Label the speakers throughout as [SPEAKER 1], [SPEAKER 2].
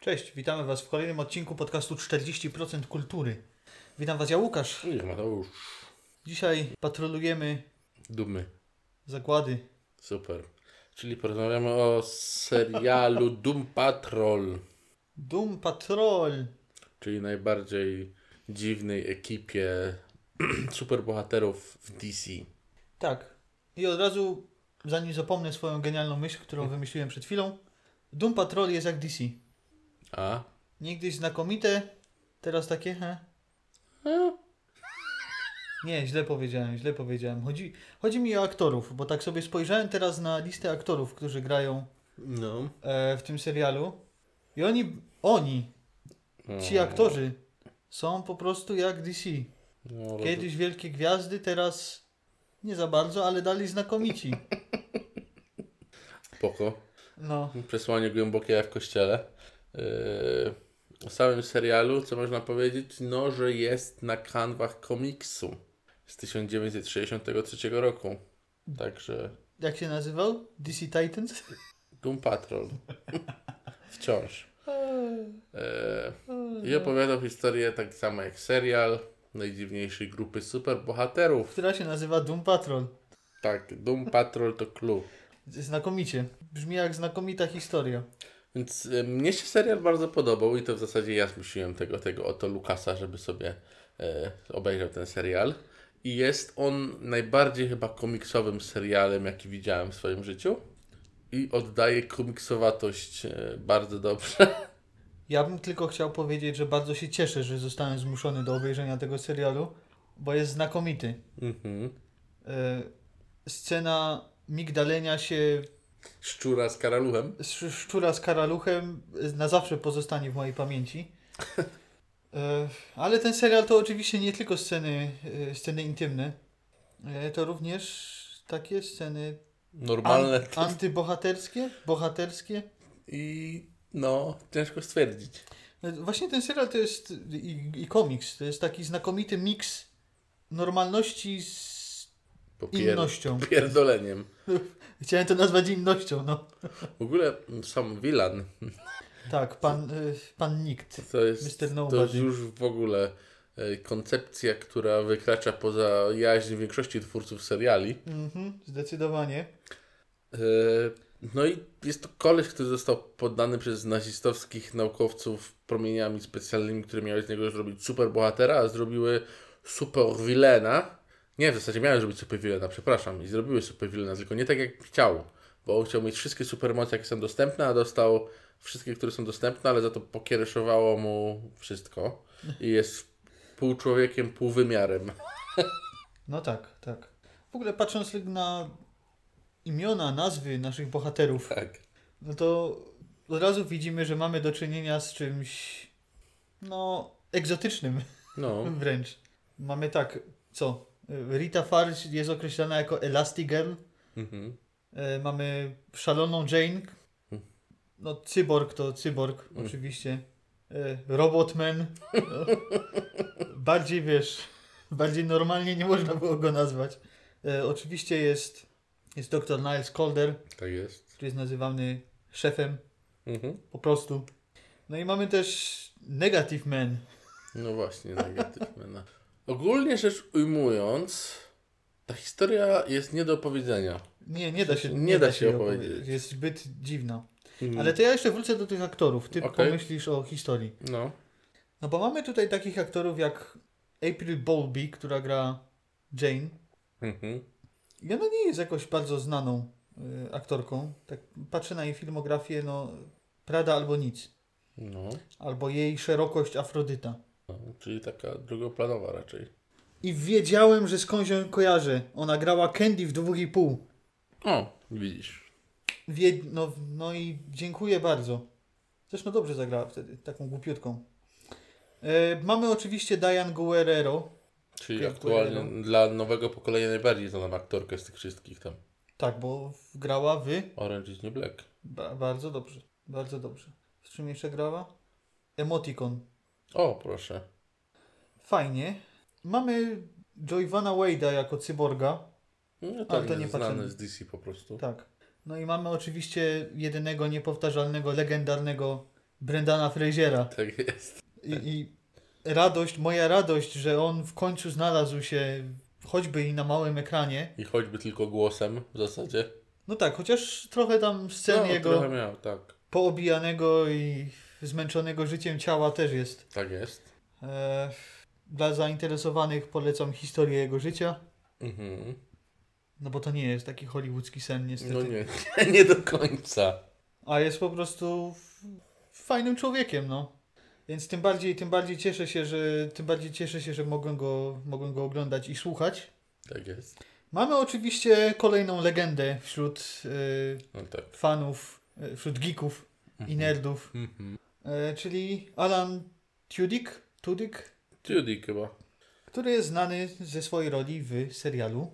[SPEAKER 1] Cześć, witamy Was w kolejnym odcinku podcastu 40% Kultury. Witam Was, ja Łukasz.
[SPEAKER 2] Nie ma to już.
[SPEAKER 1] Dzisiaj patrolujemy
[SPEAKER 2] Dumy.
[SPEAKER 1] zakłady.
[SPEAKER 2] Super. Czyli porozmawiamy o serialu Doom Patrol,
[SPEAKER 1] Doom Patrol.
[SPEAKER 2] czyli najbardziej dziwnej ekipie superbohaterów w DC.
[SPEAKER 1] Tak. I od razu, zanim zapomnę swoją genialną myśl, którą wymyśliłem przed chwilą, Doom Patrol jest jak DC.
[SPEAKER 2] A?
[SPEAKER 1] Niegdyś znakomite, teraz takie, he?
[SPEAKER 2] A?
[SPEAKER 1] Nie, źle powiedziałem, źle powiedziałem. Chodzi, chodzi mi o aktorów, bo tak sobie spojrzałem teraz na listę aktorów, którzy grają
[SPEAKER 2] No.
[SPEAKER 1] e, w tym serialu. I oni, oni, ci aktorzy są po prostu jak DC.
[SPEAKER 2] No, Kiedyś...
[SPEAKER 1] Kiedyś wielkie gwiazdy, teraz nie za bardzo, ale dalej znakomici.
[SPEAKER 2] Spoko.
[SPEAKER 1] No,
[SPEAKER 2] Przesłanie głębokie w kościele. Yy, o samym serialu, co można powiedzieć? No, że jest na kanwach komiksu z 1963 roku. Także
[SPEAKER 1] jak się nazywał? DC Titans?
[SPEAKER 2] Doom Patrol. Wciąż. E, I opowiadał historię tak samo jak serial najdziwniejszej grupy superbohaterów.
[SPEAKER 1] Która się nazywa Doom Patrol.
[SPEAKER 2] Tak, Doom Patrol to clue.
[SPEAKER 1] Znakomicie. Brzmi jak znakomita historia.
[SPEAKER 2] Więc e, mnie się serial bardzo podobał i to w zasadzie ja zmusiłem tego, tego oto Lukasa, żeby sobie e, obejrzał ten serial. I jest on najbardziej chyba komiksowym serialem, jaki widziałem w swoim życiu. I oddaje komiksowatość e, bardzo dobrze.
[SPEAKER 1] Ja bym tylko chciał powiedzieć, że bardzo się cieszę, że zostałem zmuszony do obejrzenia tego serialu, bo jest znakomity.
[SPEAKER 2] Mhm.
[SPEAKER 1] E, Scena migdalenia się
[SPEAKER 2] Szczura z karaluchem.
[SPEAKER 1] Sz- Szczura z karaluchem y, na zawsze pozostanie w mojej pamięci. E, Ale ten serial to oczywiście nie tylko sceny, e, sceny intymne, E, to również takie sceny
[SPEAKER 2] Normalne.
[SPEAKER 1] an- antybohaterskie, bohaterskie.
[SPEAKER 2] I no, ciężko stwierdzić.
[SPEAKER 1] E, Właśnie ten serial to jest i, i komiks, to jest taki znakomity miks normalności z
[SPEAKER 2] Po pier-
[SPEAKER 1] innością.
[SPEAKER 2] Pierdoleniem.
[SPEAKER 1] Chciałem to nazwać innością, no.
[SPEAKER 2] W ogóle sam Wilan
[SPEAKER 1] Tak, pan, e, pan Nikt.
[SPEAKER 2] to jest,
[SPEAKER 1] Mr.
[SPEAKER 2] to
[SPEAKER 1] Nobody.
[SPEAKER 2] jest już w ogóle e, koncepcja, która wykracza poza jaźń większości twórców seriali.
[SPEAKER 1] Mhm, zdecydowanie.
[SPEAKER 2] E, No i jest to koleś, który został poddany przez nazistowskich naukowców promieniami specjalnymi, które miały z niego zrobić superbohatera, a zrobiły superwilena. Nie, w zasadzie miały zrobić superwilena, przepraszam. I zrobiły superwilena, tylko nie tak jak chciał. Bo on chciał mieć wszystkie supermoce, jakie są dostępne, a dostał wszystkie, które są dostępne, ale za to pokiereszowało mu wszystko. I jest pół człowiekiem, pół wymiarem.
[SPEAKER 1] No tak, tak. W ogóle patrząc tak na imiona, nazwy naszych bohaterów,
[SPEAKER 2] Tak.
[SPEAKER 1] no to od razu widzimy, że mamy do czynienia z czymś, no, egzotycznym
[SPEAKER 2] No.
[SPEAKER 1] wręcz. Mamy tak, co? Rita Farge jest określana jako Elastigirl,
[SPEAKER 2] Mhm.
[SPEAKER 1] e, mamy szaloną Jane,
[SPEAKER 2] Hmm.
[SPEAKER 1] no cyborg to cyborg
[SPEAKER 2] Mm.
[SPEAKER 1] oczywiście, e, robotman, no. bardziej wiesz, bardziej normalnie nie można było go nazwać. E, oczywiście jest, jest dr Niles Calder,
[SPEAKER 2] Tak jest.
[SPEAKER 1] który jest nazywany szefem
[SPEAKER 2] Mhm.
[SPEAKER 1] po prostu. No i mamy też Negative Man,
[SPEAKER 2] No właśnie, negatywna. Ogólnie rzecz ujmując, ta historia jest nie do opowiedzenia.
[SPEAKER 1] nie, nie da się,
[SPEAKER 2] Nie da się
[SPEAKER 1] jej
[SPEAKER 2] opowiedzieć.
[SPEAKER 1] jest zbyt dziwna.
[SPEAKER 2] Mm.
[SPEAKER 1] Ale to ja jeszcze wrócę do tych aktorów, ty
[SPEAKER 2] Okej.
[SPEAKER 1] pomyślisz o historii.
[SPEAKER 2] No,
[SPEAKER 1] No bo mamy tutaj takich aktorów jak April Bowlby, która gra Jane.
[SPEAKER 2] mhm.
[SPEAKER 1] I ona nie jest jakoś bardzo znaną y, aktorką. Tak patrzę na jej filmografię, no Prada albo nic.
[SPEAKER 2] no.
[SPEAKER 1] Albo jej szerokość Afrodyta.
[SPEAKER 2] no, czyli taka drugoplanowa raczej.
[SPEAKER 1] I wiedziałem, że skądś ją kojarzę. Ona grała Candy w dwóch i pół.
[SPEAKER 2] O, widzisz.
[SPEAKER 1] Wie, no, no i dziękuję bardzo. Zresztą dobrze zagrała wtedy, taką głupiutką. Y, mamy oczywiście Diane Guerrero.
[SPEAKER 2] Czyli
[SPEAKER 1] Pięknie,
[SPEAKER 2] aktualnie
[SPEAKER 1] no.
[SPEAKER 2] dla nowego pokolenia najbardziej znaną aktorkę z tych wszystkich tam.
[SPEAKER 1] Tak, bo grała w
[SPEAKER 2] Orange is New Black.
[SPEAKER 1] Ba- bardzo dobrze, bardzo dobrze. W czym jeszcze grała? Emoticon.
[SPEAKER 2] O, proszę.
[SPEAKER 1] Fajnie. Mamy Joyvana Wade'a jako cyborga.
[SPEAKER 2] No to,
[SPEAKER 1] to nie
[SPEAKER 2] nie znany
[SPEAKER 1] patrzymy.
[SPEAKER 2] z DC po prostu.
[SPEAKER 1] Tak. No i mamy oczywiście jedynego niepowtarzalnego, legendarnego Brendana Frasera.
[SPEAKER 2] Tak jest.
[SPEAKER 1] I, I radość, moja radość, że on w końcu znalazł się choćby i na małym ekranie.
[SPEAKER 2] I choćby tylko głosem w zasadzie.
[SPEAKER 1] No tak, chociaż trochę tam scen
[SPEAKER 2] No,
[SPEAKER 1] jego
[SPEAKER 2] trochę miał, tak.
[SPEAKER 1] poobijanego i zmęczonego życiem ciała też jest.
[SPEAKER 2] Tak jest.
[SPEAKER 1] E, dla zainteresowanych polecam historię jego życia,
[SPEAKER 2] Mhm.
[SPEAKER 1] no bo to nie jest taki hollywoodzki sen niestety.
[SPEAKER 2] No nie, nie do końca.
[SPEAKER 1] A jest po prostu f- fajnym człowiekiem, no. Więc tym bardziej, tym bardziej cieszę się, że tym bardziej cieszę się, że mogłem go, mogłem go oglądać i słuchać.
[SPEAKER 2] Tak jest.
[SPEAKER 1] Mamy oczywiście kolejną legendę wśród y,
[SPEAKER 2] No tak.
[SPEAKER 1] fanów, y, wśród geeków i nerdów,
[SPEAKER 2] Mhm.
[SPEAKER 1] y, czyli Alan Tudyk, Tudyk,
[SPEAKER 2] Judy chyba.
[SPEAKER 1] który jest znany ze swojej roli w serialu.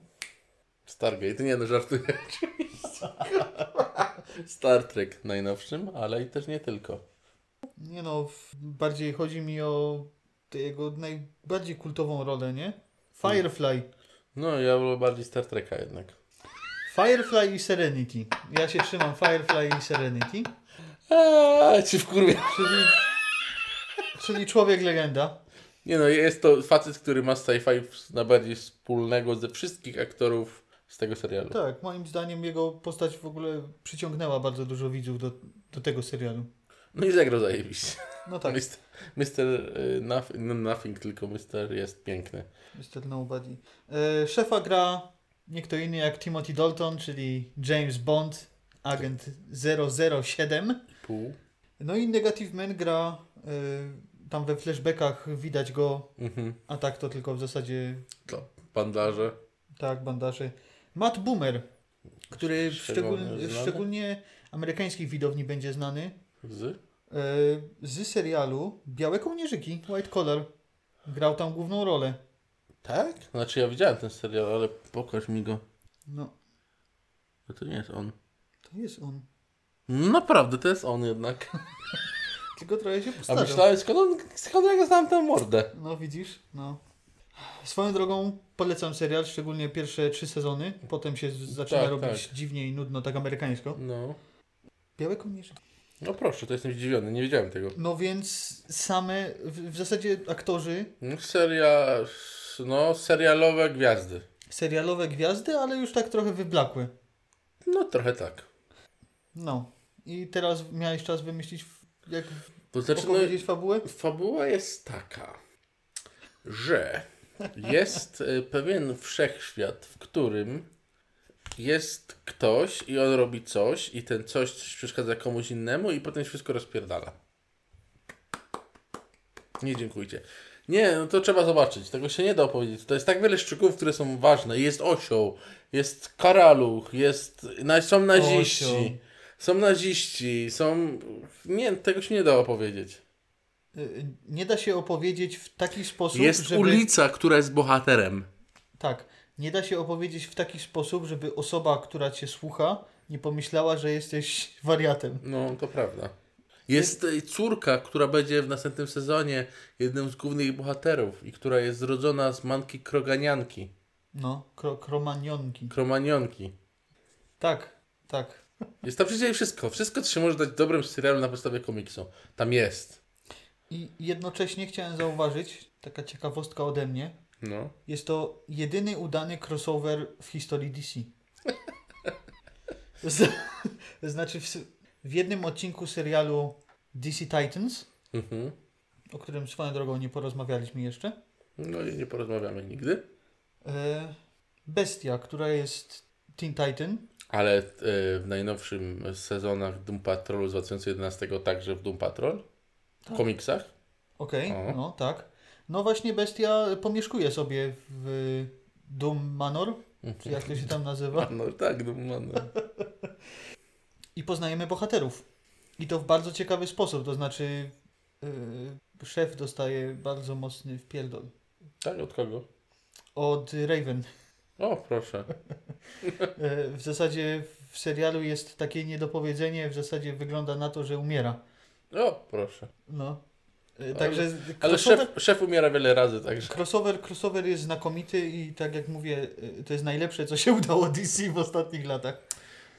[SPEAKER 2] Stargate, nie no, żartuję oczywiście. Star Trek najnowszym, ale i też nie tylko.
[SPEAKER 1] Nie no, w- bardziej chodzi mi o tę jego najbardziej kultową rolę, nie? Firefly.
[SPEAKER 2] No, ja wolę bardziej Star Treka jednak.
[SPEAKER 1] Firefly i Serenity. Ja się trzymam Firefly i Serenity.
[SPEAKER 2] Eee, ci wkurwia.
[SPEAKER 1] Czyli, czyli człowiek legenda.
[SPEAKER 2] Nie no, jest to facet, który ma z sci-fi najbardziej wspólnego ze wszystkich aktorów z tego serialu.
[SPEAKER 1] Tak, moim zdaniem jego postać w ogóle przyciągnęła bardzo dużo widzów do, do tego serialu.
[SPEAKER 2] No i zagrał zajebiście.
[SPEAKER 1] No tak,
[SPEAKER 2] Mr. Mr. y, Nothing, no nothing, tylko Mr. jest piękny.
[SPEAKER 1] Mr. Nobody. E, szefa gra nie kto inny jak Timothy Dalton, czyli James Bond, agent 007.
[SPEAKER 2] Pół.
[SPEAKER 1] No i Negative Man gra, e, tam we flashbackach widać go,
[SPEAKER 2] Mhm.
[SPEAKER 1] a tak to tylko w zasadzie
[SPEAKER 2] To bandaże.
[SPEAKER 1] Tak, bandaże. Matt Boomer, który w
[SPEAKER 2] Szczególnie
[SPEAKER 1] szczególnie,
[SPEAKER 2] znany?
[SPEAKER 1] szczególnie amerykańskiej widowni będzie znany
[SPEAKER 2] Z?
[SPEAKER 1] e, z serialu Białe Kołnierzyki, White Collar. Grał tam główną rolę.
[SPEAKER 2] Tak? Znaczy ja widziałem ten serial, ale pokaż mi go.
[SPEAKER 1] No,
[SPEAKER 2] Bo No to nie jest on.
[SPEAKER 1] to jest on.
[SPEAKER 2] Naprawdę, to jest on jednak.
[SPEAKER 1] Tylko trochę się
[SPEAKER 2] A
[SPEAKER 1] postarzał.
[SPEAKER 2] myślałem, skąd, on, skąd ja znam tę mordę?
[SPEAKER 1] No widzisz, no. Swoją drogą polecam serial, szczególnie pierwsze trzy sezony. Potem się z- zaczyna
[SPEAKER 2] Tak,
[SPEAKER 1] robić dziwnie i nudno, tak amerykańsko.
[SPEAKER 2] No.
[SPEAKER 1] Białe Kołnierzyki.
[SPEAKER 2] No proszę, to jestem zdziwiony, nie wiedziałem tego.
[SPEAKER 1] No więc same, w, w zasadzie aktorzy
[SPEAKER 2] No, Seria... No, serialowe gwiazdy.
[SPEAKER 1] serialowe gwiazdy, ale już tak trochę wyblakły.
[SPEAKER 2] No trochę tak.
[SPEAKER 1] No. I teraz miałeś czas wymyślić, w- jak
[SPEAKER 2] To znaczy, no,
[SPEAKER 1] opowiedzieć fabułę?
[SPEAKER 2] fabuła jest taka, że jest y, pewien wszechświat, w którym jest ktoś i on robi coś i ten coś, coś przeszkadza komuś innemu i potem się wszystko rozpierdala. Nie dziękujcie. Nie, no to trzeba zobaczyć. Tego się nie da opowiedzieć. To jest tak wiele szczegółów, które są ważne. Jest osioł, jest karaluch, jest... Na, są naziści.
[SPEAKER 1] Osioł.
[SPEAKER 2] Są naziści, są... Nie, tego się nie da opowiedzieć.
[SPEAKER 1] Y, Nie da się opowiedzieć w taki sposób,
[SPEAKER 2] Jest
[SPEAKER 1] żeby...
[SPEAKER 2] ulica, która jest bohaterem.
[SPEAKER 1] Tak. Nie da się opowiedzieć w taki sposób, żeby osoba, która cię słucha, nie pomyślała, że jesteś wariatem.
[SPEAKER 2] No, to prawda. Jest e, córka, która będzie w następnym sezonie jednym z głównych bohaterów i która jest zrodzona z manki kroganianki,
[SPEAKER 1] No, kro kromanionki.
[SPEAKER 2] kromanionki.
[SPEAKER 1] Tak, tak.
[SPEAKER 2] Jest tam przecież wszystko. Wszystko, co się może dać w dobrym serialu na podstawie komiksu. Tam jest.
[SPEAKER 1] I jednocześnie chciałem zauważyć, taka ciekawostka ode mnie,
[SPEAKER 2] No.
[SPEAKER 1] jest to jedyny udany crossover w historii DC. Z, znaczy w, s- w jednym odcinku serialu DC Titans,
[SPEAKER 2] Mhm.
[SPEAKER 1] o którym swoją drogą nie porozmawialiśmy jeszcze,
[SPEAKER 2] No i nie porozmawiamy nigdy.
[SPEAKER 1] e, Bestia, która jest Teen Titan,
[SPEAKER 2] Ale e, w najnowszym sezonach Doom Patrolu z 2011 także w Doom Patrol. W komiksach.
[SPEAKER 1] okej,
[SPEAKER 2] O.
[SPEAKER 1] no tak. No właśnie Bestia pomieszkuje sobie w Doom Manor, czy jak to się tam nazywa,
[SPEAKER 2] No tak, Doom Manor.
[SPEAKER 1] i poznajemy bohaterów. I to w bardzo ciekawy sposób, to znaczy yy, szef dostaje bardzo mocny wpierdol
[SPEAKER 2] Tak, od kogo?
[SPEAKER 1] od Raven.
[SPEAKER 2] O, proszę.
[SPEAKER 1] Yy, w zasadzie w serialu jest takie niedopowiedzenie, w zasadzie wygląda na to, że umiera.
[SPEAKER 2] O, proszę.
[SPEAKER 1] No. Yy,
[SPEAKER 2] Ale-
[SPEAKER 1] Także
[SPEAKER 2] Ale
[SPEAKER 1] crossover,
[SPEAKER 2] szef, szef umiera wiele razy, także.
[SPEAKER 1] crossover, crossover jest y, znakomity i tak jak mówię, yy, to jest najlepsze, co się udało DC w ostatnich latach.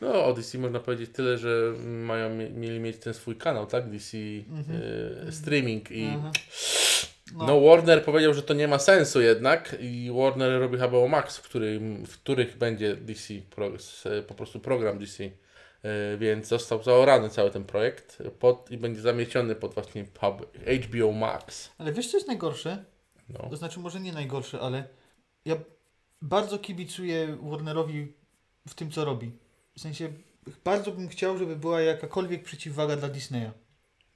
[SPEAKER 2] No, o DC można powiedzieć tyle, że mają, mie- mieli mieć ten swój kanał, tak? DC e, streaming i
[SPEAKER 1] Aha.
[SPEAKER 2] no. Warner powiedział, że to nie ma sensu jednak i Warner robi HBO Max, w, którym, w których będzie DC, pro, s- po prostu program DC. E, Więc został zaorany cały ten projekt pod, i będzie zamieciony pod właśnie pub, HBO Max.
[SPEAKER 1] Ale wiesz, co jest najgorsze?
[SPEAKER 2] No.
[SPEAKER 1] To znaczy, może nie najgorsze, ale ja bardzo kibicuję Warnerowi w tym, co robi. W sensie, bardzo bym chciał, żeby była jakakolwiek przeciwwaga dla Disneya.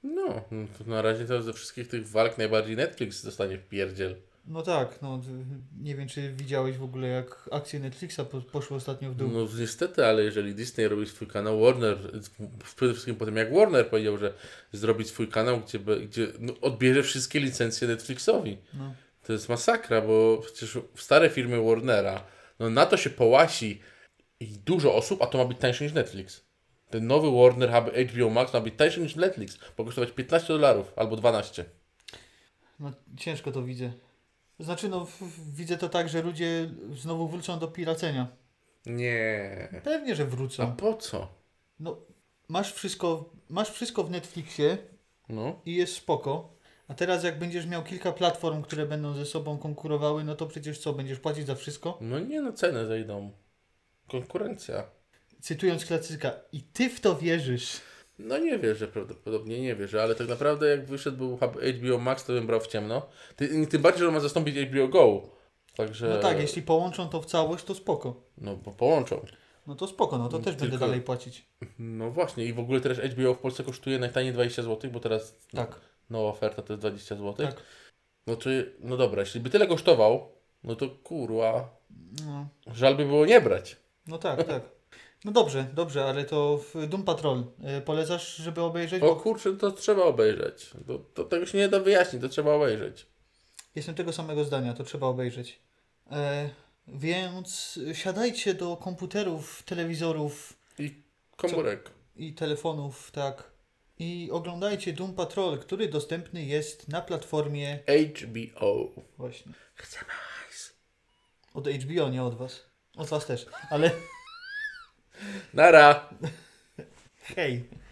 [SPEAKER 2] No, no to na razie to ze wszystkich tych walk najbardziej Netflix dostanie w pierdziel.
[SPEAKER 1] No tak, no ty- nie wiem, czy widziałeś w ogóle, jak akcje Netflixa po, poszły ostatnio w dół.
[SPEAKER 2] No niestety, ale jeżeli Disney robi swój kanał, Warner, w- przede wszystkim po tym jak Warner powiedział, że zrobi swój kanał, gdzie, be- gdzie no, odbierze wszystkie licencje Netflixowi.
[SPEAKER 1] No.
[SPEAKER 2] To jest masakra, bo przecież stare firmy Warnera, no na to się połasi i dużo osób, a to ma być tańsze niż Netflix. Ten nowy Warner Hub HBO Max ma być tańszy niż Netflix, bo kosztować 15 dolarów albo 12.
[SPEAKER 1] No ciężko to widzę. Znaczy, no w, w- widzę to tak, że ludzie znowu wrócą do piracenia.
[SPEAKER 2] Nie.
[SPEAKER 1] Pewnie, że
[SPEAKER 2] A
[SPEAKER 1] wrócą.
[SPEAKER 2] po co?
[SPEAKER 1] No, masz wszystko, masz wszystko w Netflixie
[SPEAKER 2] No.
[SPEAKER 1] i jest spoko. A teraz jak będziesz miał kilka platform, które będą ze sobą konkurowały, no to przecież co, będziesz płacić za wszystko?
[SPEAKER 2] No nie, no ceny zejdą. Konkurencja.
[SPEAKER 1] Cytując klasyka, i ty w to wierzysz.
[SPEAKER 2] No nie wierzę, prawdopodobnie nie wierzę, ale tak naprawdę jak wyszedł był hub- HBO Max, to bym brał w ciemno. Ty, tym bardziej, że on ma zastąpić HBO Go. Także...
[SPEAKER 1] No tak, jeśli połączą to w całość, to spoko.
[SPEAKER 2] No bo połączą.
[SPEAKER 1] No to spoko, no to też będę
[SPEAKER 2] Tylko-
[SPEAKER 1] dalej płacić.
[SPEAKER 2] No właśnie i w ogóle teraz HBO w Polsce kosztuje najtaniej 20 zł, bo teraz
[SPEAKER 1] Tak,
[SPEAKER 2] nowa oferta to jest 20 zł.
[SPEAKER 1] tak.
[SPEAKER 2] No czy, no dobra, jeśli by tyle kosztował, no to kurwa,
[SPEAKER 1] No,
[SPEAKER 2] żal by było nie brać.
[SPEAKER 1] no tak, tak. No dobrze, dobrze, ale to w Doom Patrol y, polecasz, żeby obejrzeć?
[SPEAKER 2] O
[SPEAKER 1] Bo
[SPEAKER 2] kurczę, to trzeba obejrzeć. To, to tego się nie da wyjaśnić, to trzeba obejrzeć.
[SPEAKER 1] jestem tego samego zdania, to trzeba obejrzeć. E, więc siadajcie do komputerów, telewizorów,
[SPEAKER 2] I komórek.
[SPEAKER 1] i telefonów, tak. I oglądajcie Doom Patrol, który dostępny jest na platformie
[SPEAKER 2] HBO.
[SPEAKER 1] właśnie.
[SPEAKER 2] Chcemy hajs.
[SPEAKER 1] Od HBO, nie od was. Od was też, ale
[SPEAKER 2] Nara!
[SPEAKER 1] hej.